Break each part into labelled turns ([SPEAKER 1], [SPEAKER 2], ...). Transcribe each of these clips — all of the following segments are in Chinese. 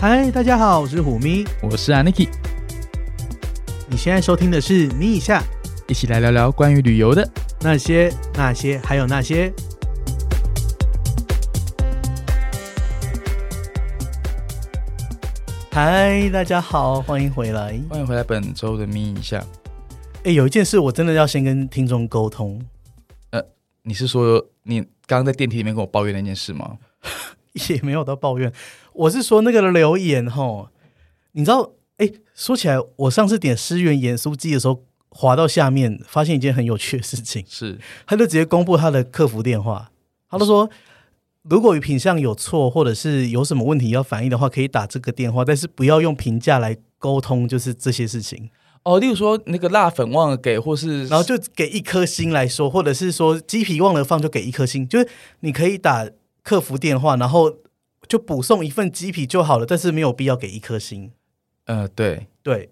[SPEAKER 1] 嗨，大家好，我是虎咪。
[SPEAKER 2] 我是 Aniki，
[SPEAKER 1] 你现在收听的是《咪一下
[SPEAKER 2] 一起来聊聊关于旅游的。
[SPEAKER 1] 那些那些还有那些》。嗨，大家好，欢迎回来。
[SPEAKER 2] 欢迎回来本周的咪一下，
[SPEAKER 1] 哎，有一件事我真的要先跟听众沟通，
[SPEAKER 2] 你是说你刚刚在电梯里面跟我抱怨那件事吗？
[SPEAKER 1] 也没有到抱怨，我是说那个留言吼，你知道，哎，说起来，我上次点思源盐酥鸡的时候，滑到下面，发现一件很有趣的事情。
[SPEAKER 2] 是
[SPEAKER 1] 他就直接公布他的客服电话，他就说，如果与品相有错，或者是有什么问题要反映的话，可以打这个电话，但是不要用评价来沟通，就是这些事情。
[SPEAKER 2] 哦，例如说那个辣粉忘了给，或是
[SPEAKER 1] 然后就给一颗星来说，或者是说鸡皮忘了放就给一颗星，就是你可以打客服电话，然后就补送一份鸡皮就好了，但是没有必要给一颗星。
[SPEAKER 2] 呃，对，
[SPEAKER 1] 对，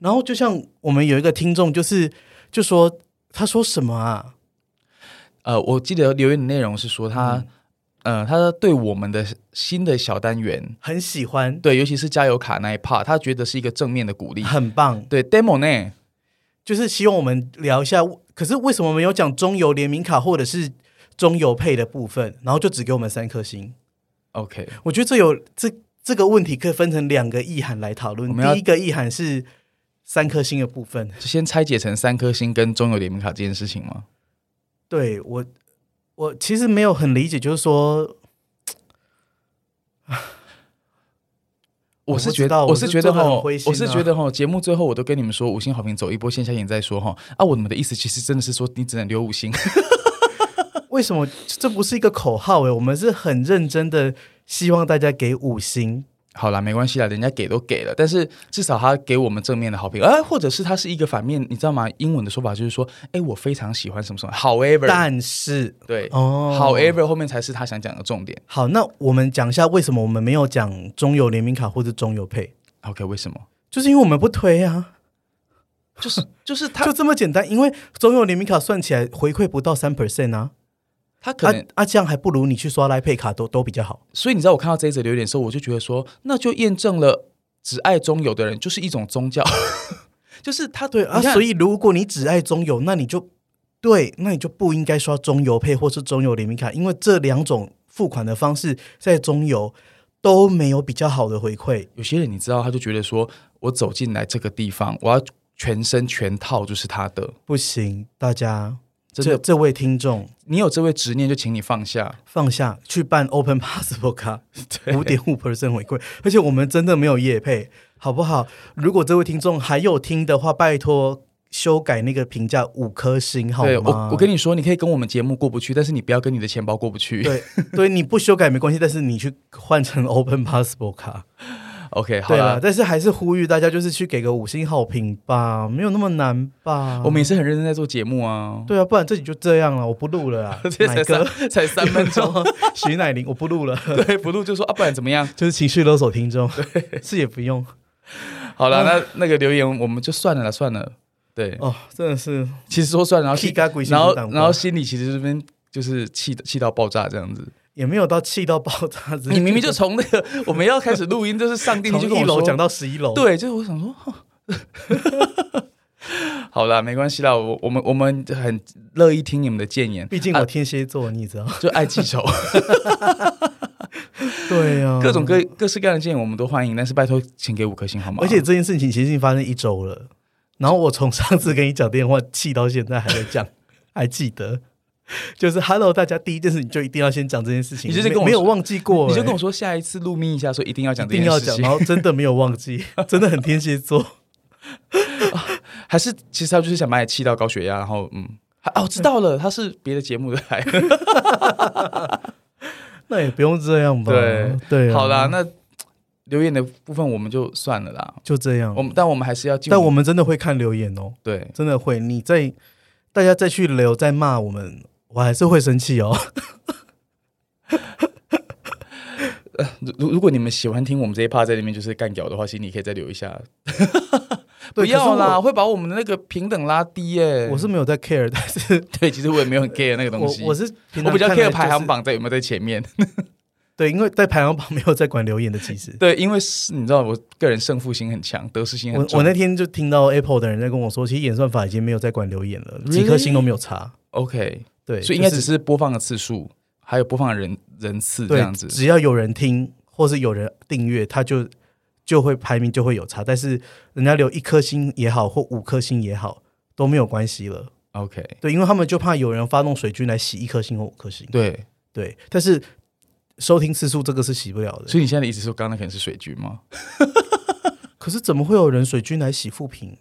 [SPEAKER 1] 然后就像我们有一个听众，就是就说他说什么啊？
[SPEAKER 2] 呃，我记得留言的内容是说他，呃，他对我们的新的小单元，
[SPEAKER 1] 很喜欢，
[SPEAKER 2] 对，尤其是加油卡那一 part，他觉得是一个正面的鼓励。
[SPEAKER 1] 很棒。
[SPEAKER 2] 对，demo 呢？
[SPEAKER 1] 就是希望我们聊一下，可是为什么没有讲中油联名卡或者是中油配的部分，然后就只给我们三颗星？
[SPEAKER 2] OK，
[SPEAKER 1] 我觉得这有这这个问题可以分成两个意涵来讨论。
[SPEAKER 2] 我们要
[SPEAKER 1] 第一个意涵是三颗星的部分，
[SPEAKER 2] 就先拆解成三颗星跟中友联名卡这件事情吗？
[SPEAKER 1] 对我我其实没有很理解，就是说
[SPEAKER 2] 我
[SPEAKER 1] 我
[SPEAKER 2] 是
[SPEAKER 1] 不
[SPEAKER 2] 觉
[SPEAKER 1] 知道
[SPEAKER 2] 得，
[SPEAKER 1] 我
[SPEAKER 2] 是
[SPEAKER 1] 是
[SPEAKER 2] 觉得
[SPEAKER 1] 做得
[SPEAKER 2] 哈，
[SPEAKER 1] 很灰心
[SPEAKER 2] 我是
[SPEAKER 1] 啊
[SPEAKER 2] 觉得哈，节目最后我都跟你们说，五星好评走一波，线下演再说哈。啊，我们的意思其实真的是说，你只能留五星。
[SPEAKER 1] 为什么这不是一个口号欸诶、我们是很认真的，希望大家给五星。
[SPEAKER 2] 好啦，没关系啦，人家给都给了，但是至少他给我们正面的好评，啊，或者是他是一个反面，你知道吗？英文的说法就是说，哎，我非常喜欢什么什么，however，
[SPEAKER 1] 但是
[SPEAKER 2] 对、
[SPEAKER 1] 哦
[SPEAKER 2] h o w e v e r 后面才是他想讲的重点。
[SPEAKER 1] 好，那我们讲一下为什么我们没有讲中油联名卡或者中油配。
[SPEAKER 2] OK，为什么？
[SPEAKER 1] 就是因为我们不推啊，
[SPEAKER 2] 就是就是他
[SPEAKER 1] 就这么简单。因为总有联名卡算起来回馈不到三 percent 啊，
[SPEAKER 2] 他可能
[SPEAKER 1] 啊啊这样还不如你去刷来配卡都都比较好。
[SPEAKER 2] 所以你知道我看到这一则留言的时候，我就觉得说，那就验证了只爱中友的人就是一种宗教， 就是他
[SPEAKER 1] 对啊，
[SPEAKER 2] 你看
[SPEAKER 1] 所以如果你只爱中油，那你就对，那你就不应该刷中油配或是中油联名卡，因为这两种付款的方式在中油都没有比较好的回馈。
[SPEAKER 2] 有些人你知道，他就觉得说我走进来这个地方，我要全身全套就是他的，
[SPEAKER 1] 不行，大家
[SPEAKER 2] 真的
[SPEAKER 1] 这，这位听众
[SPEAKER 2] 你有这位执念就请你放下。
[SPEAKER 1] 放下去办 Open Possible 卡，五点五 percent 回馈，而且我们真的没有业配，好不好？如果这位听众还有听的话，拜托修改那个评价五颗星好
[SPEAKER 2] 对
[SPEAKER 1] 吗
[SPEAKER 2] 我，？我跟你说，你可以跟我们节目过不去，但是你不要跟你的钱包过不去。
[SPEAKER 1] 对对，你不修改没关系，但是你去换成 Open Possible 卡，
[SPEAKER 2] OK，好
[SPEAKER 1] 对啊啦。
[SPEAKER 2] 了，
[SPEAKER 1] 但是还是呼吁大家，就是去给个五星好评吧，没有那么难吧？
[SPEAKER 2] 我们也是很认真在做节目啊。，
[SPEAKER 1] 对啊，不然这集就这样了，我不录了啊
[SPEAKER 2] 这才
[SPEAKER 1] 奶哥，
[SPEAKER 2] 三才 三分钟，
[SPEAKER 1] 徐乃麟，我不录了，
[SPEAKER 2] 对，不录就说啊，不然怎么样？
[SPEAKER 1] 就是情绪勒索听众，是也不用。
[SPEAKER 2] 好了，那那个留言我们就算了啦，算了。对，
[SPEAKER 1] 嗯哦，真的是
[SPEAKER 2] 其实说算了，然后
[SPEAKER 1] 气
[SPEAKER 2] 心
[SPEAKER 1] 嘎鬼心
[SPEAKER 2] 然后
[SPEAKER 1] 不挡
[SPEAKER 2] 然后
[SPEAKER 1] 光
[SPEAKER 2] 心里其实这边就是气气到爆炸这 样子。
[SPEAKER 1] 也没有到气到爆炸，只是
[SPEAKER 2] 你明明就从那个我们要开始录音，就是上帝
[SPEAKER 1] 从
[SPEAKER 2] 就跟
[SPEAKER 1] 一
[SPEAKER 2] 我
[SPEAKER 1] 楼
[SPEAKER 2] 说
[SPEAKER 1] 讲到十一楼，，
[SPEAKER 2] 对，就是我想说，哼 好啦，没关系啦，我我们我们很乐意听你们的建言，
[SPEAKER 1] 毕竟
[SPEAKER 2] 啊
[SPEAKER 1] 我天蝎座，你知道，
[SPEAKER 2] 就爱记 仇，
[SPEAKER 1] 对啊，
[SPEAKER 2] 各种各各式各样的建言我们都欢迎，但是拜托请给五颗星好吗？
[SPEAKER 1] 而且这件事情其实已经发生一周了，然后我从上次跟你讲电话，气到现在还在 讲，还记得。就是 Hello，大家第一件事你就一定要先讲这件事情，
[SPEAKER 2] 你就是跟
[SPEAKER 1] 没
[SPEAKER 2] 我
[SPEAKER 1] 没有
[SPEAKER 2] 说
[SPEAKER 1] 忘记过、
[SPEAKER 2] 你就跟我
[SPEAKER 1] 欸
[SPEAKER 2] 说下一次录咪一下，说一定要讲
[SPEAKER 1] 一
[SPEAKER 2] 这
[SPEAKER 1] 定
[SPEAKER 2] 件
[SPEAKER 1] 要
[SPEAKER 2] 事
[SPEAKER 1] 讲，
[SPEAKER 2] 情
[SPEAKER 1] 然，后真的没有忘 记，真的很天蝎座。
[SPEAKER 2] 还是其实他就是想把你气到高血压，然后嗯，啊哦，知道了，他是别的节目的来，
[SPEAKER 1] 那也不用这样吧？
[SPEAKER 2] 对
[SPEAKER 1] 对啊，
[SPEAKER 2] 好啦，那留言的部分我们就算了啦，
[SPEAKER 1] 就这样
[SPEAKER 2] 我。们但我们还是要进入，
[SPEAKER 1] 但我们真的会看留言哦，
[SPEAKER 2] 对
[SPEAKER 1] 真的会。你再大家再去留再骂我们，我还是会生气哦。
[SPEAKER 2] 如如如果你们喜欢听我们这一 part 在里面就是干屌的话，其实你可以再留 一下。不
[SPEAKER 1] 对
[SPEAKER 2] 要啦，
[SPEAKER 1] 可
[SPEAKER 2] 会把我们的那个平等拉低耶、
[SPEAKER 1] 是我 我是没有在 care，但是
[SPEAKER 2] 对，其实我也没有很 care 那个东
[SPEAKER 1] 我
[SPEAKER 2] 西，
[SPEAKER 1] 我
[SPEAKER 2] 我
[SPEAKER 1] 是平常
[SPEAKER 2] 比较
[SPEAKER 1] 看来
[SPEAKER 2] care
[SPEAKER 1] 就是
[SPEAKER 2] 排行。榜在有没有在前面。
[SPEAKER 1] 对，因为在排行榜没有在管留言的，其实。
[SPEAKER 2] 对，因为是你知道，我个人胜负心很强，得失心
[SPEAKER 1] 我
[SPEAKER 2] 很重。
[SPEAKER 1] 我那天就听到 Apple 的人在跟我说，其实演算法已经没有在管留言了，几颗
[SPEAKER 2] Really？
[SPEAKER 1] 星都没有差。
[SPEAKER 2] OK，
[SPEAKER 1] 对，
[SPEAKER 2] 所以应该
[SPEAKER 1] 就
[SPEAKER 2] 只是播放的次数，还有播放的人人次这
[SPEAKER 1] 对
[SPEAKER 2] 样子。
[SPEAKER 1] 只要有人听或是有人订阅，他就就会排名就会有差。但是人家留一颗星也好，或五颗星也好，都没有关系了。
[SPEAKER 2] OK，
[SPEAKER 1] 对，因为他们就怕有人发动水军来洗一颗星或五颗星。
[SPEAKER 2] 对，
[SPEAKER 1] 对，但是收听次数这个是洗不了的。
[SPEAKER 2] 所以你现在的意思是说，刚刚那可能是水军吗？
[SPEAKER 1] 可是怎么会有人水军来洗负评？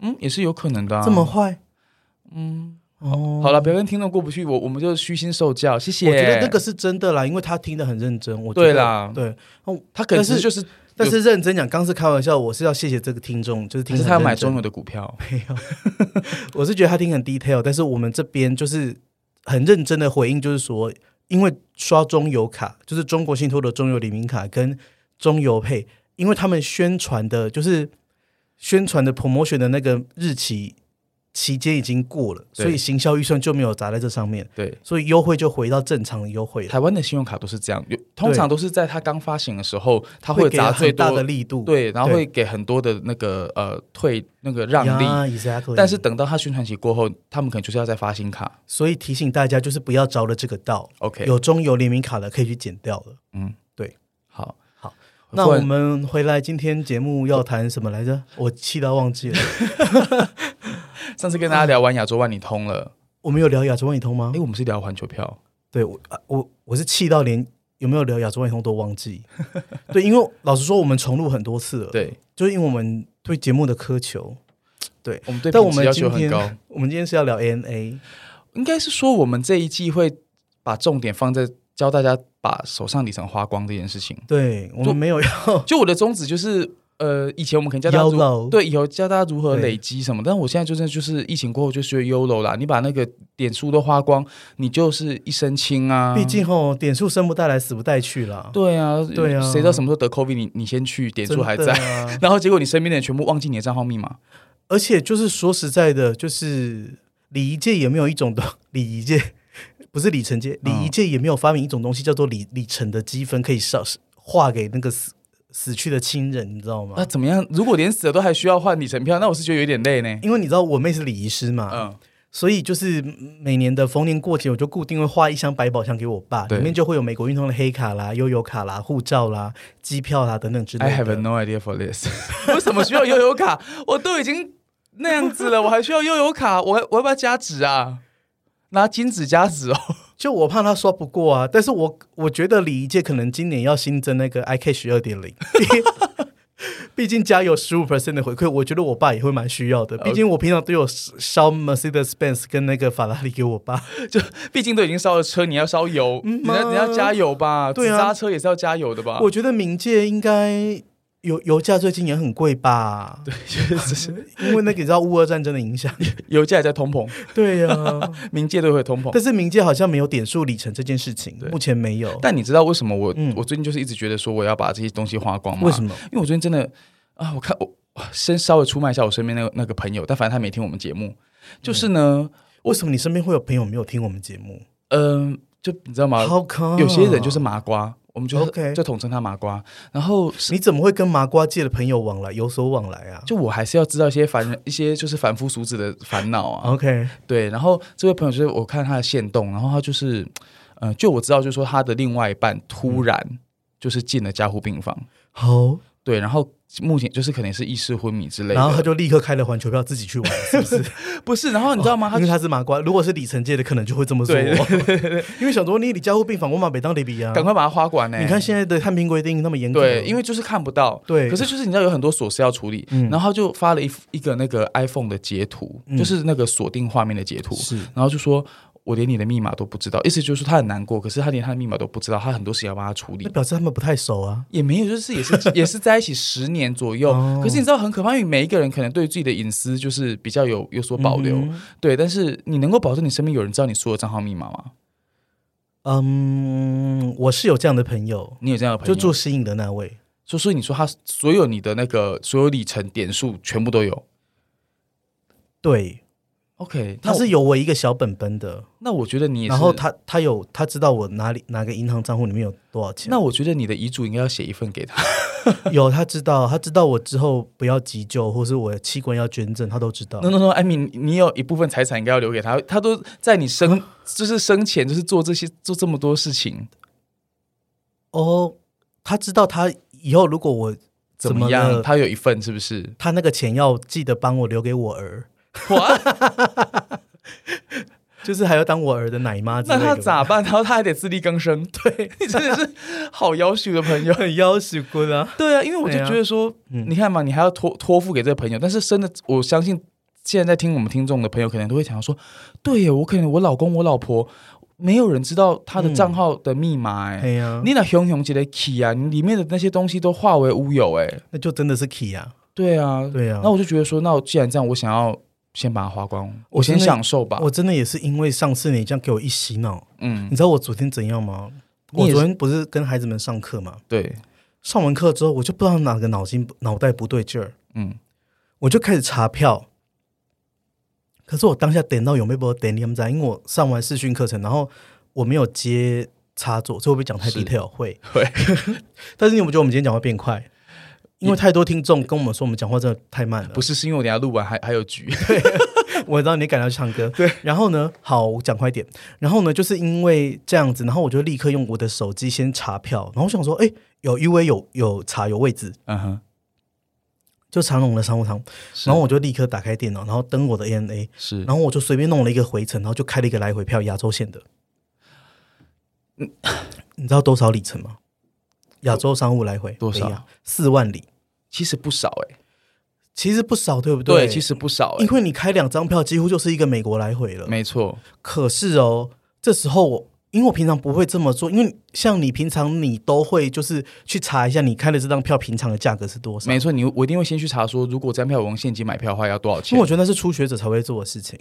[SPEAKER 2] 嗯，也是有可能的、啊。
[SPEAKER 1] 这么坏？
[SPEAKER 2] 好了，不要跟听众过不去，我我们就虚心受教，谢谢。
[SPEAKER 1] 我觉得那个是真的啦，因为他听得很认真。我觉得
[SPEAKER 2] 对啦
[SPEAKER 1] 对，哦
[SPEAKER 2] 他可
[SPEAKER 1] 但
[SPEAKER 2] 能
[SPEAKER 1] 是
[SPEAKER 2] 就是，
[SPEAKER 1] 但是认真讲，刚是开玩笑，我是要谢谢这个听众，就是听
[SPEAKER 2] 可
[SPEAKER 1] 得很
[SPEAKER 2] 是他要买
[SPEAKER 1] 认真
[SPEAKER 2] 中油的股票。
[SPEAKER 1] 我是觉得他听很 detail，但是我们这边就是很认真的回应，就是说，因为刷中油卡，就是中国信托的中油联名卡跟中油配，因为他们宣传的，就是宣传的 promotion 的那个日期期间已经过了，
[SPEAKER 2] 对
[SPEAKER 1] 所以行销预算就没有砸在这上面，
[SPEAKER 2] 对，
[SPEAKER 1] 所以优惠就回到正常的优惠了，
[SPEAKER 2] 台湾的信用卡都是这样，有通常都是在它刚发行的时候，它会
[SPEAKER 1] 给
[SPEAKER 2] 砸最
[SPEAKER 1] 很大的
[SPEAKER 2] 多，
[SPEAKER 1] 力度，
[SPEAKER 2] 对，然后
[SPEAKER 1] 对
[SPEAKER 2] 会给很多的那个呃退那个让利。
[SPEAKER 1] 呀，exactly。
[SPEAKER 2] 但是等到它宣传期过后，他们可能就是要再发新卡。
[SPEAKER 1] 所以提醒大家，就是不要着了这个道，
[SPEAKER 2] OK，
[SPEAKER 1] 有中油联名卡的可以去剪掉了。
[SPEAKER 2] 好
[SPEAKER 1] 好，那
[SPEAKER 2] 那
[SPEAKER 1] 我
[SPEAKER 2] 我们
[SPEAKER 1] 们回来，今天节目要谈什么来着？我气到忘记了。
[SPEAKER 2] 上次跟大家聊完亚洲万里通了，
[SPEAKER 1] 我们有聊亚洲万里通吗
[SPEAKER 2] 诶，？我们是聊环球票，
[SPEAKER 1] 对我，啊我我是气到连有没有聊亚洲万里通都忘记。 对，因为老实说，我们重录很多次了，，
[SPEAKER 2] 对，
[SPEAKER 1] 就是因为我们对节目的苛求。
[SPEAKER 2] 我们对
[SPEAKER 1] 但我
[SPEAKER 2] 品质
[SPEAKER 1] 们
[SPEAKER 2] 要
[SPEAKER 1] 今
[SPEAKER 2] 求很高
[SPEAKER 1] 天，，我们今天是要聊 ANA，
[SPEAKER 2] 应该是说我们这一季会把重点放在教大家把手上里程花光这件事情。
[SPEAKER 1] 对我
[SPEAKER 2] 就
[SPEAKER 1] 们没有 要
[SPEAKER 2] 就我的宗旨就是，呃，以前我们可能教大家
[SPEAKER 1] 妖
[SPEAKER 2] 如
[SPEAKER 1] 娆，
[SPEAKER 2] 对，以后教大家如何
[SPEAKER 1] 对
[SPEAKER 2] 累积什么，但我现在就真的就是疫情过后就学 YOLO 啦，你把那个点数都花光，你就是一身轻啊。
[SPEAKER 1] 毕竟吼点数生不带来，死不带去啦。
[SPEAKER 2] 对啊，
[SPEAKER 1] 对啊
[SPEAKER 2] 谁知道什么时候得 COVID，你你先去，点数还
[SPEAKER 1] 真的
[SPEAKER 2] 在，
[SPEAKER 1] 啊
[SPEAKER 2] 然后结果你身边的人全部忘记你的账号密码，
[SPEAKER 1] 而且就是说实在的，就是礼仪界也没有一种的礼仪界，不是里程界，
[SPEAKER 2] 嗯
[SPEAKER 1] 礼仪界也没有发明一种东西叫做里里程的积分，可以上划给那个死死去的亲人，你知道吗？
[SPEAKER 2] 那怎么样？如果连死了都还需要换里程票，那我是觉得有点 累呢。
[SPEAKER 1] 因为你知道我妹是礼仪师嘛，
[SPEAKER 2] 嗯，
[SPEAKER 1] 所以就是每年的逢年过节，我就固定会花一箱百宝箱给我爸，
[SPEAKER 2] 对
[SPEAKER 1] 里面就会有美国运通的黑卡啦、悠游卡啦、护照啦、机票啦等等之类
[SPEAKER 2] I
[SPEAKER 1] 的。
[SPEAKER 2] have no idea for this 。 为什么需要悠游卡？我都已经那样子了，我还需要悠游卡？我还我要不要加纸啊？拿金纸加纸哦。
[SPEAKER 1] 就我怕他刷不过啊，但是我我觉得礼仪界可能今年要新增那个 iCash 二点零， 毕竟加有十五 percent 的回馈，我觉得我爸也会蛮需要的。毕竟我平常都有烧 Mercedes Benz 跟那个法拉利给我爸，
[SPEAKER 2] 毕竟都已经烧了车，你要烧油，你要你要加油吧？
[SPEAKER 1] 嗯对啊
[SPEAKER 2] 纸扎车也是要加油的吧？
[SPEAKER 1] 我觉得冥界应该油油价最近也很贵吧？对，因为那个你知道乌俄战争的影 响。
[SPEAKER 2] 油价也在通膨，
[SPEAKER 1] 对
[SPEAKER 2] 啊
[SPEAKER 1] 呀、
[SPEAKER 2] 冥界都会通膨。
[SPEAKER 1] 但是冥界好像没有点数里程这件事情，目前没有。
[SPEAKER 2] 但你知道为什么我、
[SPEAKER 1] 嗯
[SPEAKER 2] 我最近就是一直觉得说我要把这些东西花光吗？
[SPEAKER 1] 为什么？
[SPEAKER 2] 因为我最近真的啊，我看我先稍微出卖一下我身边那个那个朋友，但反正他没听我们节目，就是呢，
[SPEAKER 1] 为什么你身边会有朋友没有听我们节目？
[SPEAKER 2] 嗯、就你知道吗？
[SPEAKER 1] 好看，
[SPEAKER 2] 有些人就是麻瓜，我们就
[SPEAKER 1] OK
[SPEAKER 2] 就统称他麻瓜。然后是
[SPEAKER 1] 你怎么会跟麻瓜界的朋友往来有所往来啊？
[SPEAKER 2] 就我还是要知道一些凡人一些就是凡夫俗子的烦恼啊。
[SPEAKER 1] OK，
[SPEAKER 2] 对，然后这位朋友就是我看他的线动，然后他就是，呃，就我知道，就是说他的另外一半突
[SPEAKER 1] 嗯
[SPEAKER 2] 然就是进了加护病房，
[SPEAKER 1] 好，
[SPEAKER 2] 对，然后目前就是可能是意识昏迷之类的，
[SPEAKER 1] 然后他就立刻开了环球票自己去玩，是不是？
[SPEAKER 2] 不是，然后你知道 吗？他
[SPEAKER 1] 哦因为他是麻瓜，如果是里程界的，可能就会这么做。
[SPEAKER 2] 对
[SPEAKER 1] 因为想说你你加护病房，我马北当里比啊
[SPEAKER 2] 赶。快把它花完呢、
[SPEAKER 1] 你看现在的探病规定那么严格，
[SPEAKER 2] 对，因
[SPEAKER 1] 为
[SPEAKER 2] 为就是看不到，
[SPEAKER 1] 对嗯
[SPEAKER 2] 可是就是你知道有很多琐事要处理，然后他就发了一一个那个 iPhone 的截图，就是那个锁定画面的截图，
[SPEAKER 1] 是
[SPEAKER 2] 然后就说。我连你的密码都不知道，意思就是他很难过，可是他连他的密码都不知道，他很多事情要帮他处理
[SPEAKER 1] 那。表示他们不太熟啊。
[SPEAKER 2] 也没有，就是 也是也是在一起十年左右。
[SPEAKER 1] 哦
[SPEAKER 2] 可是你知道很可怕，因为每一个人可能对自己的隐私就是比较有有所保留，
[SPEAKER 1] 嗯
[SPEAKER 2] 对。但是你能够保证你身边有人知道你所有账号密码吗？
[SPEAKER 1] 嗯，我是有这样的朋友，
[SPEAKER 2] 你有这样的朋友？
[SPEAKER 1] 就做吸引的那位，
[SPEAKER 2] 所以所以你说他所有你的那个所有里程点数全部都有
[SPEAKER 1] 对，
[SPEAKER 2] OK，那
[SPEAKER 1] 他
[SPEAKER 2] 我
[SPEAKER 1] 是有我一个小本本的，
[SPEAKER 2] 那我觉得你也是
[SPEAKER 1] 然后他他有他知道我哪里哪个银行账户里面有多少钱，
[SPEAKER 2] 那我觉得你的遗嘱应该要写一份 给他。
[SPEAKER 1] 有他知道，他知道我之后不要急救，或是我的器官要捐赠，他都知道
[SPEAKER 2] no。no no，艾米，你你有一部分财产应该要留给他，他都在你
[SPEAKER 1] 嗯
[SPEAKER 2] 生就是生前就是做这些做这么多事情，
[SPEAKER 1] 哦，他知道他以后如果我
[SPEAKER 2] 怎
[SPEAKER 1] 么
[SPEAKER 2] 么样？
[SPEAKER 1] 了
[SPEAKER 2] 他有一份是不是？
[SPEAKER 1] 他那个钱要记得帮我留给我儿，
[SPEAKER 2] 哇，
[SPEAKER 1] 就是还要当我儿的奶妈之类
[SPEAKER 2] 那
[SPEAKER 1] 的吧。
[SPEAKER 2] 他咋办？然后他还得自力更生， 对你真的是好要求的朋友。
[SPEAKER 1] 很要死过的、
[SPEAKER 2] 对啊，因为我就
[SPEAKER 1] 对啊
[SPEAKER 2] 觉得说，
[SPEAKER 1] 嗯
[SPEAKER 2] 你看嘛，你还要托托付给这个朋友，但是真的，我相信现在在听我们听众的朋友，可能都会想说，对耶，我可能我老公我老婆，没有人知道他的账号的密码哎、
[SPEAKER 1] 哎呀，
[SPEAKER 2] 你那熊熊级的 key 啊，你里面的那些东西都化为乌有哎、
[SPEAKER 1] 那就真的是 key 啊，
[SPEAKER 2] 对啊，
[SPEAKER 1] 对啊。
[SPEAKER 2] 那我就觉得说，那我既然这样，我想要先把它花光，我
[SPEAKER 1] 我真
[SPEAKER 2] 先
[SPEAKER 1] 的
[SPEAKER 2] 享受吧。
[SPEAKER 1] 我真的也是因为上次你这样给我一洗脑，
[SPEAKER 2] 嗯
[SPEAKER 1] 你，知道我昨天怎样吗？我
[SPEAKER 2] 你也是
[SPEAKER 1] 昨天不是跟孩子们上课嘛，
[SPEAKER 2] 对，
[SPEAKER 1] 上完课之后我就不知道哪个脑筋脑袋不对劲儿，
[SPEAKER 2] 嗯，
[SPEAKER 1] 我就开始查票。可是我当下点到有没有点你们在，因为我上完视讯课程，然后我没有接插座，所以我被讲太
[SPEAKER 2] 是
[SPEAKER 1] detail 会。
[SPEAKER 2] 会，
[SPEAKER 1] 但是你有没有觉得我们今天讲话变快？因为太多听众跟我们说我们讲话真的太慢了。
[SPEAKER 2] 不是，是因为我等一下录完还还有局，
[SPEAKER 1] 我知道你赶到唱歌，对。然后呢，好，我讲快点。然后呢，就是因为这样子，然后我就立刻用我的手机先查票，然后我想说，哎，有 U A 有有查有位置，
[SPEAKER 2] 嗯哼，
[SPEAKER 1] 就长隆的商务舱。
[SPEAKER 2] 是
[SPEAKER 1] 然后我就立刻打开电脑，然后登我的 A N A，
[SPEAKER 2] 是
[SPEAKER 1] 然后我就随便弄了一个回程，然后就开了一个来回票，亚洲线的。
[SPEAKER 2] 嗯
[SPEAKER 1] 你知道多少里程吗？亚洲商务来回
[SPEAKER 2] 多少？
[SPEAKER 1] 四万里，
[SPEAKER 2] 其实不少哎、
[SPEAKER 1] 其实不少，对不
[SPEAKER 2] 对，
[SPEAKER 1] 欸对，
[SPEAKER 2] 其实不少哎、
[SPEAKER 1] 因为你开两张票，几乎就是一个美国来回了。
[SPEAKER 2] 没错，
[SPEAKER 1] 可是哦，这时候我因为我平常不会这么做，因为像你平常你都会就是去查一下你开的这张票平常的价格是多少，
[SPEAKER 2] 没错，你我一定会先去查说，如果站票我用现金买票的话要多少
[SPEAKER 1] 因
[SPEAKER 2] 钱
[SPEAKER 1] 为我。觉得那是初学者才会做的事情。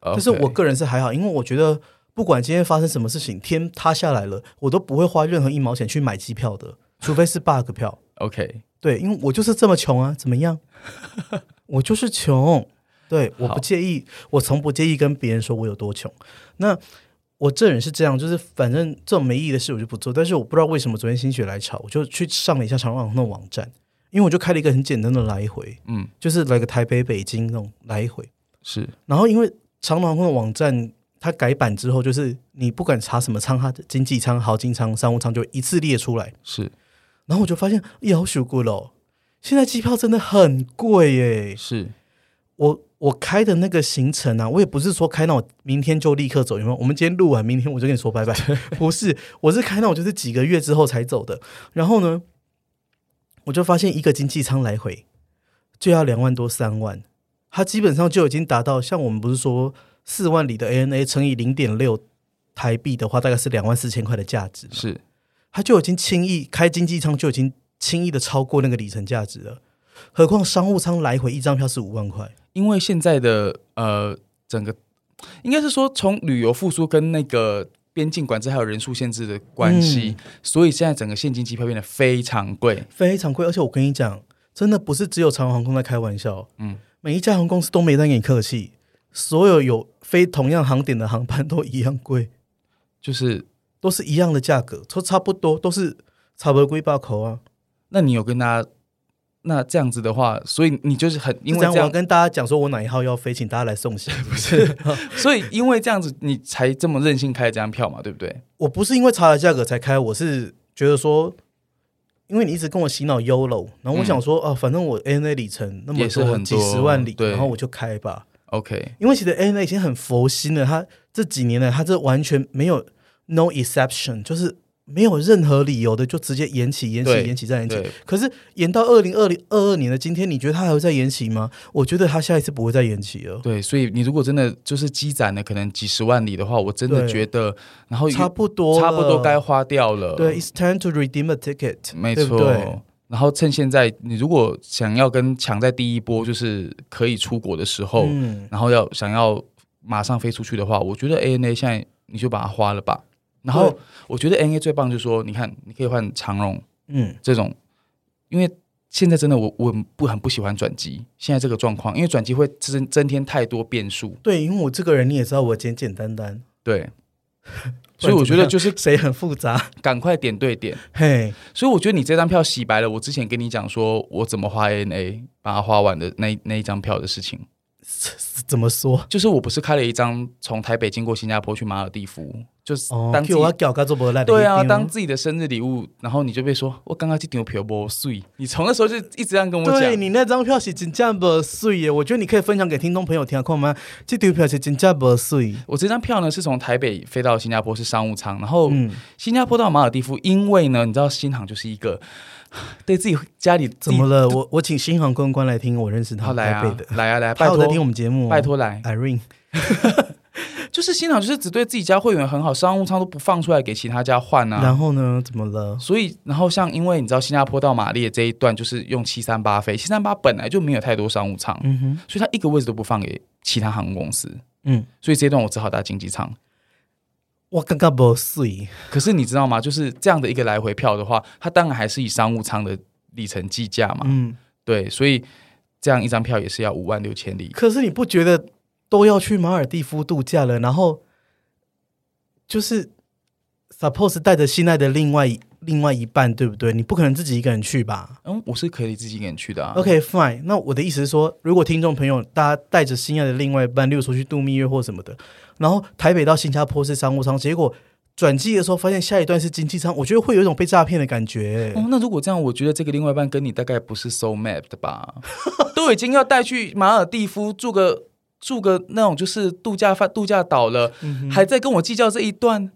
[SPEAKER 2] 但
[SPEAKER 1] 但是我个人是还好，因为我觉得不管今天发生什么事情，天塌下来了，我都不会花任何一毛钱去买机票的，除非是 bug 票。
[SPEAKER 2] OK，
[SPEAKER 1] 对，因为我就是这么穷啊，怎么样？我就是穷，对，我
[SPEAKER 2] 好
[SPEAKER 1] 不介意，我从不介意跟别人说我有多穷。那我这人是这样，就是反正这种没意义的事我就不做。但是我不知道为什么昨天心血来潮，我就去上了一下长网那网站，因为我就开了一个很简单的来回，
[SPEAKER 2] 嗯，
[SPEAKER 1] 就是来个台北、北京那种来回。
[SPEAKER 2] 是
[SPEAKER 1] 然后因为长隆航空的网站它改版之后，就是你不管查什么舱，它的经济舱、豪金舱、商务舱就一次列出来。
[SPEAKER 2] 是
[SPEAKER 1] 哎然后我就发现，要求过了哦，现在机票真的很贵耶！
[SPEAKER 2] 是，
[SPEAKER 1] 我我开的那个行程啊，我也不是说开那种明天就立刻走，有没有？我们今天录完，明天我就跟你说拜拜。 不是，我是开那种就是几个月之后才走的。然后呢，我就发现一个经济舱来回就要两万多三万，它基本上就已经达到像我们不是说四万里的 ANA 乘以零点六台币的话，大概是两万四千块的价值嘛。
[SPEAKER 2] 是
[SPEAKER 1] 他就已经轻易开经济舱就已经轻易的超过那个里程价值了，何况商务舱来回一张票是五万块，
[SPEAKER 2] 因为现在的呃整个应该是说从旅游复苏跟那个边境管制还有人数限制的关
[SPEAKER 1] 嗯
[SPEAKER 2] 系，所以现在整个现金机票变得非常贵。
[SPEAKER 1] 非常贵。而且我跟你讲，真的不是只有长荣航空在开玩笑，嗯，每一家航空公司都没在跟你客气，所有有飞同样航点的航班都一样贵，
[SPEAKER 2] 就是，
[SPEAKER 1] 都是一样的价格，都差不多，都是差不多贵八口啊。
[SPEAKER 2] 那你有跟大家那这样子的话，所以你就是很因为
[SPEAKER 1] 这样
[SPEAKER 2] 这
[SPEAKER 1] 我要
[SPEAKER 2] 样，
[SPEAKER 1] 跟大家讲说我哪一号要飞，请大家来送 行。不是，
[SPEAKER 2] 所以因为这样子你才这么任性开这张票嘛，对不对？
[SPEAKER 1] 我不是因为查了价格才开，我是觉得说，因为你一直跟我洗脑 YOLO，然后我想说，啊，反正我 ANA 里程那么
[SPEAKER 2] 嗯也是很多
[SPEAKER 1] 几十万里，
[SPEAKER 2] 对
[SPEAKER 1] 然后我就开吧。
[SPEAKER 2] OK，
[SPEAKER 1] 因为其实 ANA 已经很佛心了，它这几年来，它这完全没有 no exception，就是没有任何理由的就直接延期、延期、
[SPEAKER 2] 对
[SPEAKER 1] 延期再延期。
[SPEAKER 2] 对，
[SPEAKER 1] 可是延到二零二零二二年的今天，你觉得它还会再延期吗？我觉得它下一次不会再延期了，
[SPEAKER 2] 对，所以你如果真的就是积攒了可能几十万里的话，我真的
[SPEAKER 1] 对
[SPEAKER 2] 觉得，然后
[SPEAKER 1] 差不多，
[SPEAKER 2] 差不多该。花掉了。
[SPEAKER 1] 对，it's time to redeem a ticket，
[SPEAKER 2] 没
[SPEAKER 1] 对
[SPEAKER 2] 错。
[SPEAKER 1] 不对
[SPEAKER 2] 然后趁现在，你如果想要跟抢在第一波就是可以出国的时候，
[SPEAKER 1] 嗯，
[SPEAKER 2] 然后要想要马上飞出去的话，我觉得 ANA 现在你就把它花了吧。然后
[SPEAKER 1] 对
[SPEAKER 2] 我觉得 ANA 最棒就是说，你看你可以换长荣
[SPEAKER 1] 嗯
[SPEAKER 2] 这种，因为现在真的我我不很不喜欢转机，现在这个状况，因为转机会增增添太多变数，
[SPEAKER 1] 对，因为我这个人你也知道，我简简单单，
[SPEAKER 2] 对。所以我觉得就是
[SPEAKER 1] 谁很复杂，
[SPEAKER 2] 赶快点对点。
[SPEAKER 1] 嘿，
[SPEAKER 2] 所以我觉得你这张票洗白了我之前跟你讲说我怎么花 ANA 把它花完的那那一张票的事情。
[SPEAKER 1] 怎么说？
[SPEAKER 2] 就是我不是开了一张从台北经过新加坡去马尔地夫，就是
[SPEAKER 1] 哦
[SPEAKER 2] 当，自己、
[SPEAKER 1] 就我要搞个做不烂的一
[SPEAKER 2] 对啊，
[SPEAKER 1] 定
[SPEAKER 2] 当自己的生日礼物，然后你就被说我刚刚去丢票不碎，你从那时候就一直这样跟我讲
[SPEAKER 1] 对。你那张票是真正不碎耶，我觉得你可以分享给听众朋友听，看吗？这张票是真正不碎，
[SPEAKER 2] 我这张票呢是从台北飞到新加坡是商务舱，然后
[SPEAKER 1] 嗯，
[SPEAKER 2] 新加坡到马尔地夫，因为呢你知道新航就是一个 对自己家里
[SPEAKER 1] 怎么了？我我请新航公关来听，我认识
[SPEAKER 2] 好
[SPEAKER 1] 他，
[SPEAKER 2] 来
[SPEAKER 1] 台
[SPEAKER 2] 啊
[SPEAKER 1] 北的，
[SPEAKER 2] 来啊来啊，
[SPEAKER 1] 他
[SPEAKER 2] 拜
[SPEAKER 1] 有在听
[SPEAKER 2] 托
[SPEAKER 1] 我们节目哦，
[SPEAKER 2] 拜托来，
[SPEAKER 1] Irene，
[SPEAKER 2] 就是新航就是只对自己家会员很好，商务舱都不放出来给其他家换啊。
[SPEAKER 1] 然后呢？怎么了？
[SPEAKER 2] 所以，然后像因为你知道新加坡到马列这一段就是用七三八飞，七三八本来就没有太多商务舱，
[SPEAKER 1] 嗯哼，
[SPEAKER 2] 所以它一个位置都不放给其他航空公司，
[SPEAKER 1] 嗯，
[SPEAKER 2] 所以这一段我只好搭经济舱。
[SPEAKER 1] 我刚刚不碎，
[SPEAKER 2] 可是你知道吗？就是这样的一个来回票的话，它当然还是以商务舱的里程计价嘛，
[SPEAKER 1] 嗯，
[SPEAKER 2] 对，所以这样一张票也是要五万六千里。
[SPEAKER 1] 可是你不觉得都要去马尔蒂夫度假了，然后就是 suppose 带着心爱的另外一另外一半，对不对？你不可能自己一个人去吧？
[SPEAKER 2] 嗯，我是可以自己一个人去的、啊。
[SPEAKER 1] OK fine，那我的意思是说，如果听众朋友大家带着心爱的另外一半，例如说去度蜜月或什么的，然后台北到新加坡是商务舱，结果转机的时候发现下一段是经济舱，我觉得会有一种被诈骗的感觉。
[SPEAKER 2] 哦，那如果这样，我觉得这个另外一半跟你大概不是 so map 的吧？ 都已经要带去马尔蒂夫住个住个那种就是度假饭度假岛了，
[SPEAKER 1] 嗯
[SPEAKER 2] 还在跟我计较这一段，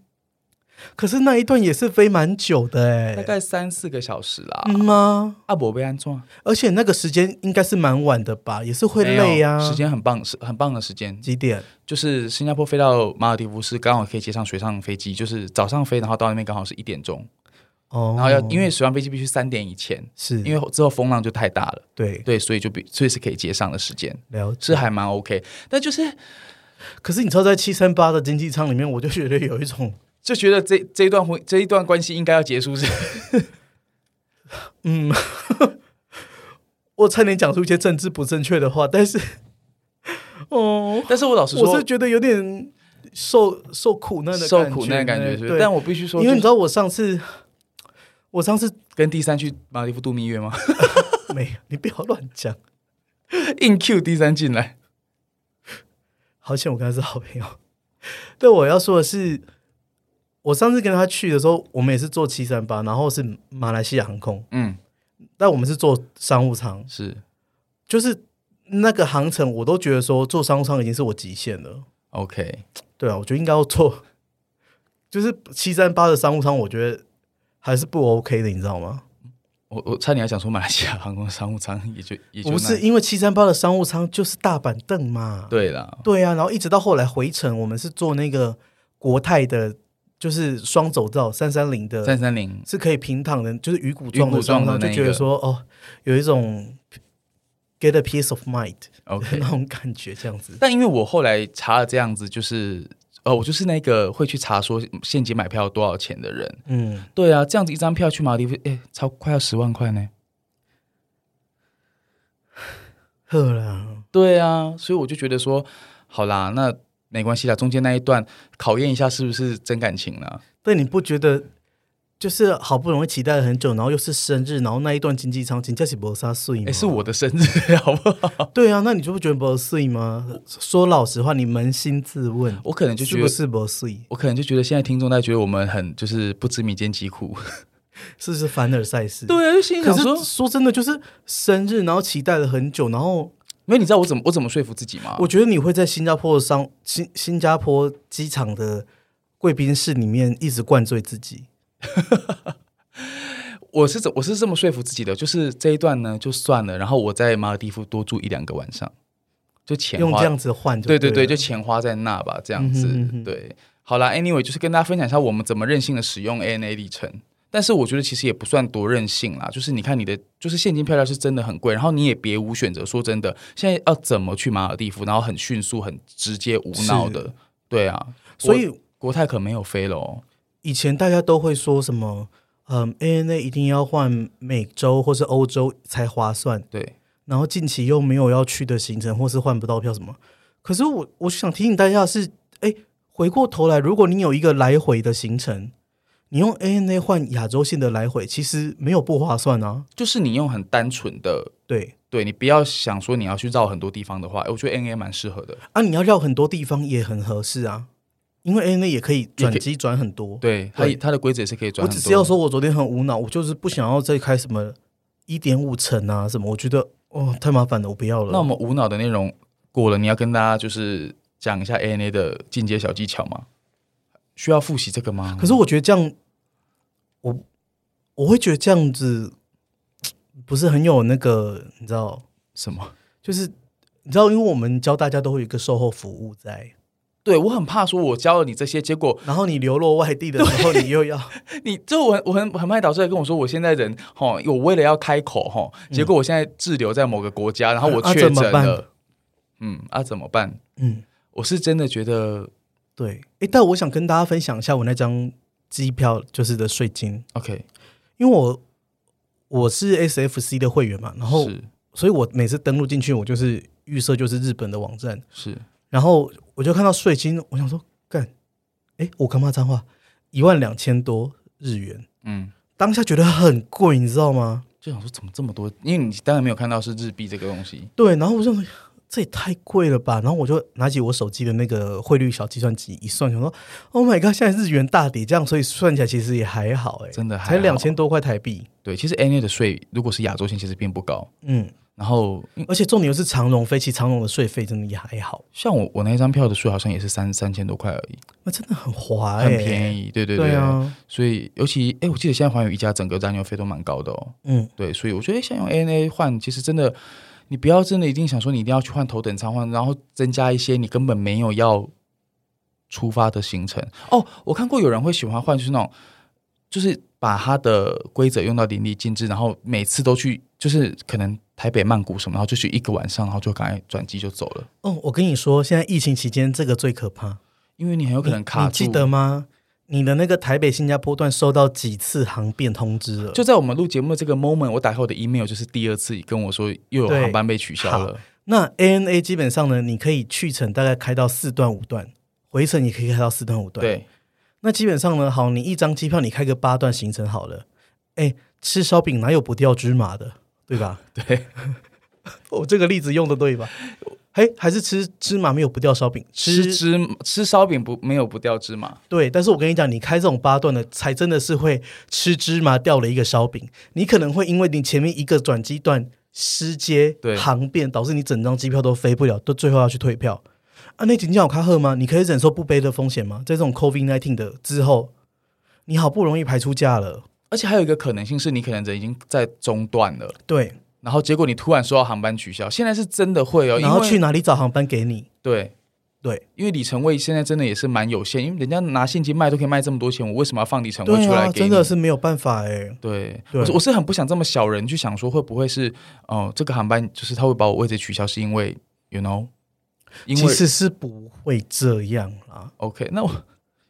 [SPEAKER 1] 可是那一段也是飞蛮久的哎、
[SPEAKER 2] 大概三四个小时啦。
[SPEAKER 1] 嗯吗？
[SPEAKER 2] 阿伯被安装
[SPEAKER 1] 而且那个时间应该是蛮晚的吧，也是会累啊。
[SPEAKER 2] 时间很棒，是很棒的时间。
[SPEAKER 1] 几点？
[SPEAKER 2] 就是新加坡飞到马尔蒂夫是刚好可以接上水上飞机，就是早上飞，然后到那边刚好是一点钟，
[SPEAKER 1] 哦，
[SPEAKER 2] 然后要因为水上飞机必须三点以前，
[SPEAKER 1] 是
[SPEAKER 2] 因为之后风浪就太大了，
[SPEAKER 1] 对
[SPEAKER 2] 对，所以就比所以是可以接上的时间，
[SPEAKER 1] 了解。
[SPEAKER 2] 是还蛮 OK。但就是
[SPEAKER 1] 可是你知道，在七三八的经济舱里面，我就觉得有一种
[SPEAKER 2] 就觉得这这一段婚这一段关系应该要 结束是，
[SPEAKER 1] 嗯，我差点讲出一些政治不正确的话，但 是，哦，
[SPEAKER 2] 但是我老实
[SPEAKER 1] 我
[SPEAKER 2] 说
[SPEAKER 1] 是，觉得有点受受苦难的
[SPEAKER 2] 受苦难的
[SPEAKER 1] 感
[SPEAKER 2] 感
[SPEAKER 1] 觉
[SPEAKER 2] 觉
[SPEAKER 1] 呢
[SPEAKER 2] 是，
[SPEAKER 1] 对，
[SPEAKER 2] 但我必须说，
[SPEAKER 1] 因为你知
[SPEAKER 2] 道
[SPEAKER 1] 道我上次，我上次
[SPEAKER 2] 跟第三去马里夫度蜜月吗？
[SPEAKER 1] 没，你不要乱讲，
[SPEAKER 2] 硬 Q 第三进来，
[SPEAKER 1] 好险我跟他是好朋友。但我要说的是，我上次跟他去的时候，我们也是坐七三八，然后是马来西亚航空，
[SPEAKER 2] 嗯，
[SPEAKER 1] 但我们是坐商务舱，
[SPEAKER 2] 是
[SPEAKER 1] 就是那个航程，我都觉得说坐商务舱已经是我极限了。
[SPEAKER 2] OK，
[SPEAKER 1] 对啊，我觉得应该要做，就是七三八的商务舱，我觉得还是不 OK 的，你知道吗？
[SPEAKER 2] 我我差点要讲说马来西亚航空商务舱也就也就
[SPEAKER 1] 不是，
[SPEAKER 2] 那
[SPEAKER 1] 因为七三八的商务舱就是大板凳嘛。
[SPEAKER 2] 对啦，
[SPEAKER 1] 对啊，然后一直到后来回程，我们是坐那个国泰的，就是双走道三三零的，
[SPEAKER 2] 三三零
[SPEAKER 1] 是可以平躺的，就是鱼骨状
[SPEAKER 2] 鱼
[SPEAKER 1] 的
[SPEAKER 2] 骨
[SPEAKER 1] 商
[SPEAKER 2] 状
[SPEAKER 1] 务舱，
[SPEAKER 2] 的
[SPEAKER 1] 就
[SPEAKER 2] 那一
[SPEAKER 1] 觉得
[SPEAKER 2] 个
[SPEAKER 1] 说哦，有一种 get a piece of mind 的
[SPEAKER 2] OK，
[SPEAKER 1] 那种感觉，这样子。
[SPEAKER 2] 但因为我后来查了这样子，就是呃，我就是那个会去查说现金买票多少钱的人，
[SPEAKER 1] 嗯，
[SPEAKER 2] 对啊，这样子一张票去马里夫，哎、超快要十万块呢。
[SPEAKER 1] 好啦，
[SPEAKER 2] 对啊，所以我就觉得说，好啦，那没关系啦，中间那一段考验一下是不是真感情啦。
[SPEAKER 1] 但你不觉得就是好不容易期待了很久，然后又是生日，然后那一段经济舱请假是博杀碎吗？
[SPEAKER 2] 哎，是我的生日，好不好？
[SPEAKER 1] 对啊，那你就不觉得博碎吗？说老实话，你扪心自问，
[SPEAKER 2] 我可能就是觉得，
[SPEAKER 1] 不是博碎？
[SPEAKER 2] 我可能就觉得现在听众大家觉得我们很就是不知民间疾苦。
[SPEAKER 1] 是不是凡尔赛事？。
[SPEAKER 2] 对啊，就心里
[SPEAKER 1] 可
[SPEAKER 2] 想说
[SPEAKER 1] 是，说真的，就是生日，然后期待了很久，然后
[SPEAKER 2] 因为你知道我怎么我怎么说服自己吗？
[SPEAKER 1] 我觉得你会在新加坡的商新新加坡机场的贵宾室里面一直灌醉自己。
[SPEAKER 2] 我是怎我是这么说服自己的，就是这一段呢就算了，然后我在马尔蒂夫多住一两个晚上，就钱
[SPEAKER 1] 用
[SPEAKER 2] 花
[SPEAKER 1] 这样子换就
[SPEAKER 2] 对
[SPEAKER 1] 对
[SPEAKER 2] 对对，
[SPEAKER 1] 了
[SPEAKER 2] 就钱花在那吧，这样子。
[SPEAKER 1] 嗯哼嗯哼
[SPEAKER 2] 对，好啦 a n y w a y 就是跟大家分享一下我们怎么任性的使用 ANA 里程。但是我觉得其实也不算多任性啦，就是你看你的，就是现金票价是真的很贵，然后你也别无选择。说真的，现在要怎么去马尔蒂夫，然后很迅速、很直接、无脑的，对啊。
[SPEAKER 1] 所以
[SPEAKER 2] 国泰可没有飞了哦，
[SPEAKER 1] 以前大家都会说什么嗯，ANA 一定要换美洲或是欧洲才划算，
[SPEAKER 2] 对，
[SPEAKER 1] 然后近期又没有要去的行程，或是换不到票什么。可是我我想提醒大家的是，哎，回过头来，如果你有一个来回的行程，你用 ANA 换亚洲线的来回，其实没有不划算啊。
[SPEAKER 2] 就是你用很单纯的，
[SPEAKER 1] 对
[SPEAKER 2] 对你不要想说你要去绕很多地方的话，我觉得 N A 蛮适合的。
[SPEAKER 1] 啊，你要绕很多地方也很合适啊，因为 ANA 也可以转机转很多。
[SPEAKER 2] 对，它
[SPEAKER 1] 对
[SPEAKER 2] 它的规则也是可以转
[SPEAKER 1] 我
[SPEAKER 2] 很多。
[SPEAKER 1] 只是要说，我昨天很无脑，我就是不想要再开什么一点五层啊什么，我觉得哦太麻烦了，我不要了。
[SPEAKER 2] 那我们无脑的内容过了，你要跟大家就是讲一下 A N A 的进阶小技巧吗？需要复习这个吗？
[SPEAKER 1] 可是我觉得这样，我我会觉得这样子不是很有那个，你知道，
[SPEAKER 2] 什么？
[SPEAKER 1] 就是你知道，因为我们教大家都会有一个售后服务在，
[SPEAKER 2] 对我很怕说，我教了你这些，结果
[SPEAKER 1] 然后你流落外地的 时候，你又要
[SPEAKER 2] 你就我很我很很怕导师来跟我说，我现在人哈，我为了要开口哈，结果我现在滞留在某个国家，然后我
[SPEAKER 1] 嗯啊
[SPEAKER 2] 确
[SPEAKER 1] 怎
[SPEAKER 2] 诊
[SPEAKER 1] 么办
[SPEAKER 2] 了，嗯啊怎么办？
[SPEAKER 1] 嗯，
[SPEAKER 2] 我是真的觉得
[SPEAKER 1] 对，诶，但我想跟大家分享一下我那张机票就是的税金，
[SPEAKER 2] OK，
[SPEAKER 1] 因为我我是 SFC 的会员嘛，然后
[SPEAKER 2] 是
[SPEAKER 1] 所以我每次登录进去，我就是预设就是日本的网站，
[SPEAKER 2] 是
[SPEAKER 1] 然后我就看到税金，我想说干，哎，我干嘛脏话？一万两千多日元，
[SPEAKER 2] 嗯，
[SPEAKER 1] 当下觉得很贵，你知道吗？
[SPEAKER 2] 就想说怎么这么多？因为你当然没有看到是日币这个东西，
[SPEAKER 1] 对，然后我就想说这也太贵了吧，然后我就拿起我手机的那个汇率小计算机一算，想说 Oh my god，现在日元大跌，这样所以算起来其实也还好、哎，
[SPEAKER 2] 真的还
[SPEAKER 1] 才
[SPEAKER 2] 好
[SPEAKER 1] 两千多块台币，
[SPEAKER 2] 对，其实 A N A 的税如果是亚洲线，其实并不高。
[SPEAKER 1] 嗯，
[SPEAKER 2] 然后
[SPEAKER 1] 而且重点是长荣飞，其实长荣的税费真的也还好，
[SPEAKER 2] 像我我那一张票的税好像也是三三千多块而已，
[SPEAKER 1] 那真的很划、哎
[SPEAKER 2] 很便
[SPEAKER 1] 宜，
[SPEAKER 2] 宜。对对
[SPEAKER 1] 对
[SPEAKER 2] 对，
[SPEAKER 1] 啊，
[SPEAKER 2] 所以尤其哎，我记得现在环宇一家整个燃油费都蛮高的哦。
[SPEAKER 1] 嗯，
[SPEAKER 2] 对，所以我觉得像用 ANA 换，其实真的，你不要真的一定想说你一定要去换头等舱换，然后增加一些你根本没有要出发的行程。哦，我看过有人会喜欢换，就是那种，就是把它的规则用到淋漓尽致，然后每次都去，就是可能台北、曼谷什么，然后就去一个晚上，然后就赶快转机就走了，
[SPEAKER 1] 哦，我跟你说，现在疫情期间这个最可怕。
[SPEAKER 2] 因为你很有可能卡
[SPEAKER 1] 你。
[SPEAKER 2] 住。
[SPEAKER 1] 你记得吗？你的那个台北新加坡段收到几次航变通知了？
[SPEAKER 2] 就在我们录节目的这个 moment，我打开我的 email，就是第二次跟我说又有
[SPEAKER 1] 对
[SPEAKER 2] 航班被取消
[SPEAKER 1] 好
[SPEAKER 2] 了。
[SPEAKER 1] 那 ANA 基本上呢，你可以去程大概开到四段五段，回程你可以开到四段五段。，
[SPEAKER 2] 对，
[SPEAKER 1] 那基本上呢，好，你一张机票你开个八段行程好了。哎，吃烧饼哪有不掉芝麻的，对吧？
[SPEAKER 2] 对，
[SPEAKER 1] 我、这个例子用的对吧？嘿，还是吃芝麻没有不掉烧饼，
[SPEAKER 2] 吃芝吃烧饼不没有不掉芝麻。
[SPEAKER 1] 对，但是我跟你讲，你开这种八段的，才真的是会吃芝麻掉了一个烧饼。你可能会因为你前面一个转机段失接
[SPEAKER 2] 对
[SPEAKER 1] 航变，导致你整张机票都飞不了，都最后要去退票。啊，那紧叫卡赫吗？你可以忍受不背的风险吗？在这种 COVID nineteen 的之后，你好不容易排出假了，
[SPEAKER 2] 而且还有一个可能性是，你可能人已经在中断了，
[SPEAKER 1] 对，
[SPEAKER 2] 然后结果你突然收到航班取消，现在是真的会哦，
[SPEAKER 1] 然后
[SPEAKER 2] 因为
[SPEAKER 1] 去哪里找航班给你？
[SPEAKER 2] 对
[SPEAKER 1] 对，
[SPEAKER 2] 因为里程位现在真的也是蛮有限，因为人家拿现金卖都可以卖这么多钱，我为什么要放里程位
[SPEAKER 1] 对
[SPEAKER 2] 出来
[SPEAKER 1] 啊，
[SPEAKER 2] 给
[SPEAKER 1] 真
[SPEAKER 2] 你？
[SPEAKER 1] 的是没有办法哎、
[SPEAKER 2] 对，
[SPEAKER 1] 对
[SPEAKER 2] 我是我是很不想这么小人去想说会不会是哦、呃这个航班就是他会把我位置取消，是因为 you know，因
[SPEAKER 1] 其
[SPEAKER 2] 为
[SPEAKER 1] 实是不会这样啦。
[SPEAKER 2] OK，那我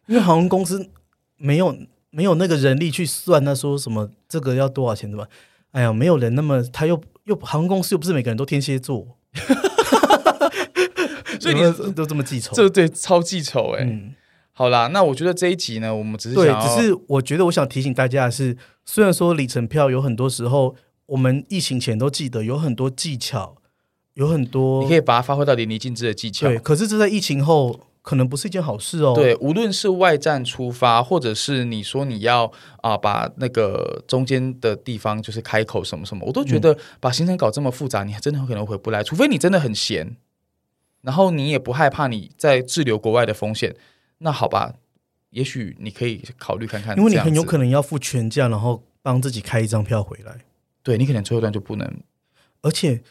[SPEAKER 1] 因为航空公司没有没有那个人力去算，他说什么这个要多少钱的吧？哎呀，没有人那么他又又航空公司又不是每个人都天蝎座，
[SPEAKER 2] 所以你
[SPEAKER 1] 有没有都这么记仇？
[SPEAKER 2] 这对超记仇哎、
[SPEAKER 1] 嗯，
[SPEAKER 2] 好啦，那我觉得这一集呢，我们只是想
[SPEAKER 1] 对，
[SPEAKER 2] 要
[SPEAKER 1] 只是我觉得我想提醒大家的是，虽然说里程票有很多时候我们疫情前都记得有很多技巧，有很多
[SPEAKER 2] 你可以把它发挥到淋漓尽致的技巧。
[SPEAKER 1] 对，哦可是这在疫情后可能不是一件好事哦。
[SPEAKER 2] 对，无论是外站出发，或者是你说你要啊、把那个呃中间的地方就是开口什么什么，我都
[SPEAKER 1] 嗯
[SPEAKER 2] 觉得把行程搞这么复杂，你还真的很可能回不来，除非你真的很闲，然后你也不害怕你在滞留国外的风险。那好吧，也许你可以考虑看看这
[SPEAKER 1] 因
[SPEAKER 2] 样
[SPEAKER 1] 为
[SPEAKER 2] 子，
[SPEAKER 1] 你很有可能要付全价，然后帮自己开一张票回来。
[SPEAKER 2] 对你可能最后一段就不能
[SPEAKER 1] 而且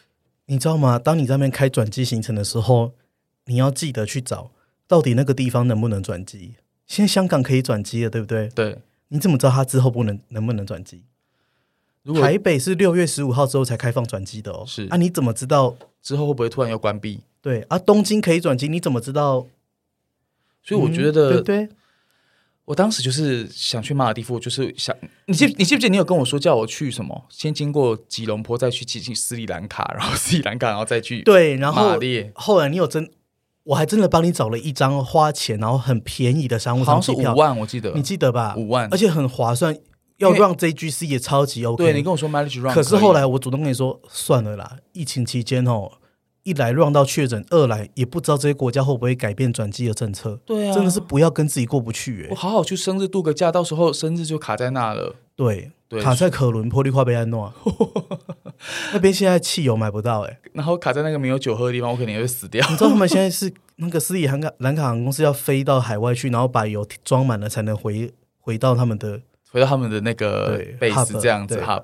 [SPEAKER 1] 你知道吗？当你在那边开转机行程的时候，你要记得去找到底那个地方能不能转机。现在香港可以转机了，对不对？
[SPEAKER 2] 对。
[SPEAKER 1] 你怎么知道它之后不能能不能转机？
[SPEAKER 2] 如果
[SPEAKER 1] 台北是六月十五号之后才开放转机的哦。
[SPEAKER 2] 是
[SPEAKER 1] 啊，你怎么知道？
[SPEAKER 2] 之后会不会突然又关闭？
[SPEAKER 1] 对啊，东京可以转机，你怎么知道？
[SPEAKER 2] 所以我觉
[SPEAKER 1] 嗯
[SPEAKER 2] 得，
[SPEAKER 1] 对不对？
[SPEAKER 2] 我当时就是想去马尔地夫，就是想你记你记不记得你有跟我说叫我去什么？先经过吉隆坡，再去去去斯里兰卡，然后 斯里兰卡，然后再去
[SPEAKER 1] 对，然
[SPEAKER 2] 马
[SPEAKER 1] 后
[SPEAKER 2] 列，
[SPEAKER 1] 后来你有真，我还真的帮你找了一张花钱然后很便宜的商务
[SPEAKER 2] 好
[SPEAKER 1] 舱
[SPEAKER 2] 像是
[SPEAKER 1] 机
[SPEAKER 2] 五
[SPEAKER 1] 票，
[SPEAKER 2] 万，我记得
[SPEAKER 1] 你记得吧？
[SPEAKER 2] 五万
[SPEAKER 1] 而。且很划算，要
[SPEAKER 2] 因为
[SPEAKER 1] 让 JGC 也超级 OK。
[SPEAKER 2] 对你跟我说 marriage run，
[SPEAKER 1] 可是后
[SPEAKER 2] 以啊
[SPEAKER 1] 来我主动跟你说，算了啦，疫情期间哦，一来乱到确诊，二来也不知道这些国家会不会改变转机的政策，
[SPEAKER 2] 对啊，
[SPEAKER 1] 真的是不要跟自己过不去
[SPEAKER 2] 我
[SPEAKER 1] 耶。
[SPEAKER 2] 好好去生日度个假，到时候生日就卡在那了。
[SPEAKER 1] 对，
[SPEAKER 2] 对，
[SPEAKER 1] 卡在可伦坡、利化贝安 诺啊那边现在汽油买不到哎，
[SPEAKER 2] 然后卡在那个没有酒喝的地方，我肯定会死掉。
[SPEAKER 1] 你知道他们现在是那个斯里兰卡兰卡航空公司要飞到海外去，然后把油装满了才能回回到他们的
[SPEAKER 2] 回到他们的那个
[SPEAKER 1] 对
[SPEAKER 2] base
[SPEAKER 1] hub，
[SPEAKER 2] 这样子
[SPEAKER 1] 对
[SPEAKER 2] hub。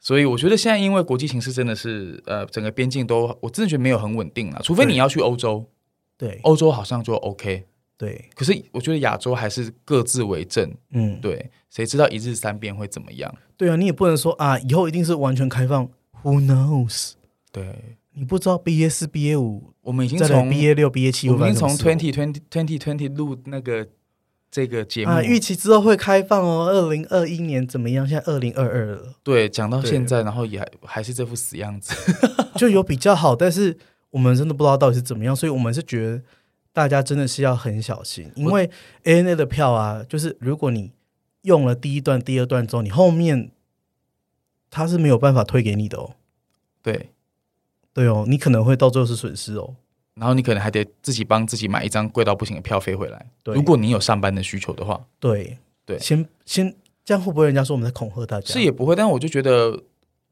[SPEAKER 2] 所以我觉得现在因为国际形势真的是呃，整个边境都我真的觉得没有很稳定了，除非
[SPEAKER 1] 对
[SPEAKER 2] 你要去欧洲，
[SPEAKER 1] 对
[SPEAKER 2] 欧洲好像就 OK。
[SPEAKER 1] 对
[SPEAKER 2] 可是我觉得亚洲还是各自为政，
[SPEAKER 1] 嗯
[SPEAKER 2] 对，谁知道一日三变会怎么样？
[SPEAKER 1] 对啊，你也不能说啊，以后一定是完全开放，Who knows？
[SPEAKER 2] 对，
[SPEAKER 1] 你不知道 B A 四、B A 五
[SPEAKER 2] 我们已经
[SPEAKER 1] 再来
[SPEAKER 2] 从
[SPEAKER 1] B A 六、B A 七，
[SPEAKER 2] 我们已经从 twenty twenty twenty twenty 录那个这个节目，
[SPEAKER 1] 啊，预期之后会开放哦，二零二一年怎么样？现在二零二二 了，
[SPEAKER 2] 对，讲到
[SPEAKER 1] 对
[SPEAKER 2] 现在，然后也还还是这副死样子。
[SPEAKER 1] 就有比较好，但是我们真的不知道到底是怎么样，所以我们是觉得大家真的是要很小心，因为 A N A 的票啊，就是如果你用了第一段、第二段之后，你后面它是没有办法退给你的哦，
[SPEAKER 2] 对，
[SPEAKER 1] 对哦，你可能会到最后是损失哦，
[SPEAKER 2] 然后你可能还得自己帮自己买一张贵到不行的票飞回来。
[SPEAKER 1] 对
[SPEAKER 2] 如果你有上班的需求的话，
[SPEAKER 1] 对
[SPEAKER 2] 对
[SPEAKER 1] 先先这样会不会人家说我们在恐吓大家？
[SPEAKER 2] 是也不会。但我就觉得，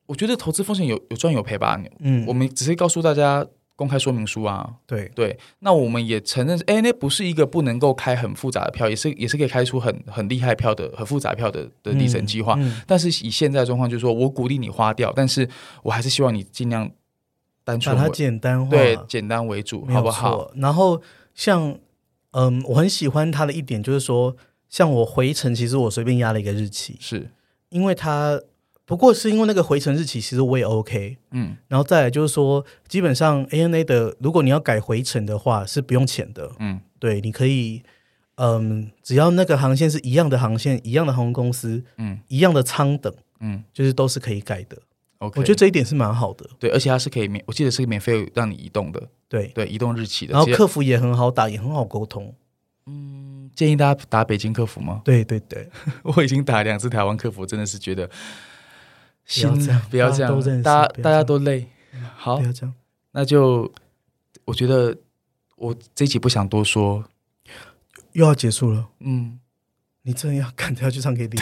[SPEAKER 2] 我觉得投资风险有有赚有赔吧。你
[SPEAKER 1] 嗯，
[SPEAKER 2] 我们只是告诉大家公开说明书啊。
[SPEAKER 1] 对
[SPEAKER 2] 对，那我们也承认，哎，那不是一个不能够开很复杂的票，也是也是可以开出很很厉害票的、很复杂票的的里程计划。
[SPEAKER 1] 嗯嗯
[SPEAKER 2] 但是以现在的状况，就是说我鼓励你花掉，但是我还是希望你尽量单
[SPEAKER 1] 把
[SPEAKER 2] 纯
[SPEAKER 1] 它
[SPEAKER 2] 为
[SPEAKER 1] 简单化，
[SPEAKER 2] 对简单为主，
[SPEAKER 1] 没
[SPEAKER 2] 好
[SPEAKER 1] 有
[SPEAKER 2] 不
[SPEAKER 1] 错。
[SPEAKER 2] 好？
[SPEAKER 1] 然后像嗯，我很喜欢他的一点就是说，像我回程，其实我随便压了一个日期，
[SPEAKER 2] 是，
[SPEAKER 1] 因为他不过是因为那个回程日期，其实我也 OK。
[SPEAKER 2] 嗯，
[SPEAKER 1] 然后再来就是说，基本上 ANA 的，如果你要改回程的话，是不用钱的。
[SPEAKER 2] 嗯，
[SPEAKER 1] 对，你可以，嗯，只要那个航线是一样的航线，一样的航空公司，
[SPEAKER 2] 嗯，
[SPEAKER 1] 一样的舱等，
[SPEAKER 2] 嗯
[SPEAKER 1] 就是都是可以改的。
[SPEAKER 2] ，OK，
[SPEAKER 1] 我觉得这一点是蛮好的。
[SPEAKER 2] 对，而且它是可以免，我记得是免费让你移动的，
[SPEAKER 1] 对，
[SPEAKER 2] 对，移动日期的。
[SPEAKER 1] 然后
[SPEAKER 2] 其实
[SPEAKER 1] 客服也很好打，也很好沟通。
[SPEAKER 2] 嗯，建议大家打北京客服吗？
[SPEAKER 1] 对对对。
[SPEAKER 2] 我已经打两次台湾客服，真的是觉得
[SPEAKER 1] 要
[SPEAKER 2] 心
[SPEAKER 1] 这样
[SPEAKER 2] 不要
[SPEAKER 1] 大家
[SPEAKER 2] 这
[SPEAKER 1] 都认
[SPEAKER 2] 样，
[SPEAKER 1] 识
[SPEAKER 2] 大
[SPEAKER 1] 不要这
[SPEAKER 2] 大家
[SPEAKER 1] 样
[SPEAKER 2] 都累。好
[SPEAKER 1] 不，要这样。
[SPEAKER 2] 那就我觉得我这一集不想多说，
[SPEAKER 1] 又要结束了，
[SPEAKER 2] 嗯，
[SPEAKER 1] 你真的要赶着要去唱 KTV？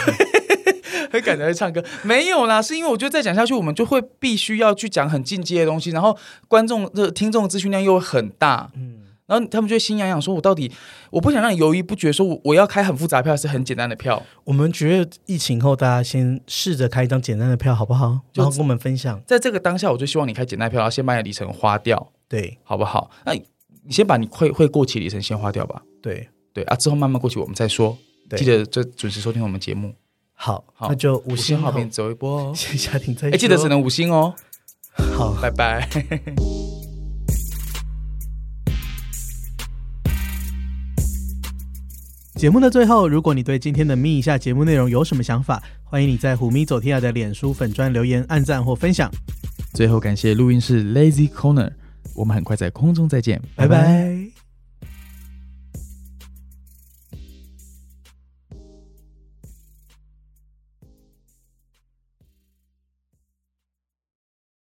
[SPEAKER 2] 很感觉在唱歌，没有啦，是因为我觉得再讲下去，我们就会必须要去讲很进阶的东西，然后观众的听众资讯量又很大，
[SPEAKER 1] 嗯，
[SPEAKER 2] 然后他们就会心痒痒，说我到底我不想让你犹豫不决，说我我要开很复杂的票，还是很简单的票，
[SPEAKER 1] 我们觉得疫情后，大家先试着开一张简单的票，好不好？
[SPEAKER 2] 就
[SPEAKER 1] 然后跟我们分享。
[SPEAKER 2] 在这个当下，我就希望你开简单的票，然后先把你的里程花掉，
[SPEAKER 1] 对
[SPEAKER 2] 好不好？那你你先把你会会过期的里程先花掉吧，
[SPEAKER 1] 对
[SPEAKER 2] 对啊，之后慢慢过期我们再说，
[SPEAKER 1] 对，
[SPEAKER 2] 记得这准时收听我们节目，
[SPEAKER 1] 好，
[SPEAKER 2] 好
[SPEAKER 1] 那就五星
[SPEAKER 2] 好
[SPEAKER 1] 好
[SPEAKER 2] 评
[SPEAKER 1] 评，
[SPEAKER 2] 走一波哦，
[SPEAKER 1] 谢谢家庭再
[SPEAKER 2] 哎、
[SPEAKER 1] 说
[SPEAKER 2] 记得只能五星哦，
[SPEAKER 1] 好。
[SPEAKER 2] 拜拜。
[SPEAKER 1] 节目的最后，如果你对今天的咪一下节目内容有什么想法，欢迎你在虎咪走天涯的脸书粉专留言、按赞或分享。
[SPEAKER 2] 最后感谢录音室 Lazy Corner，我们很快在空中再见，
[SPEAKER 1] 拜拜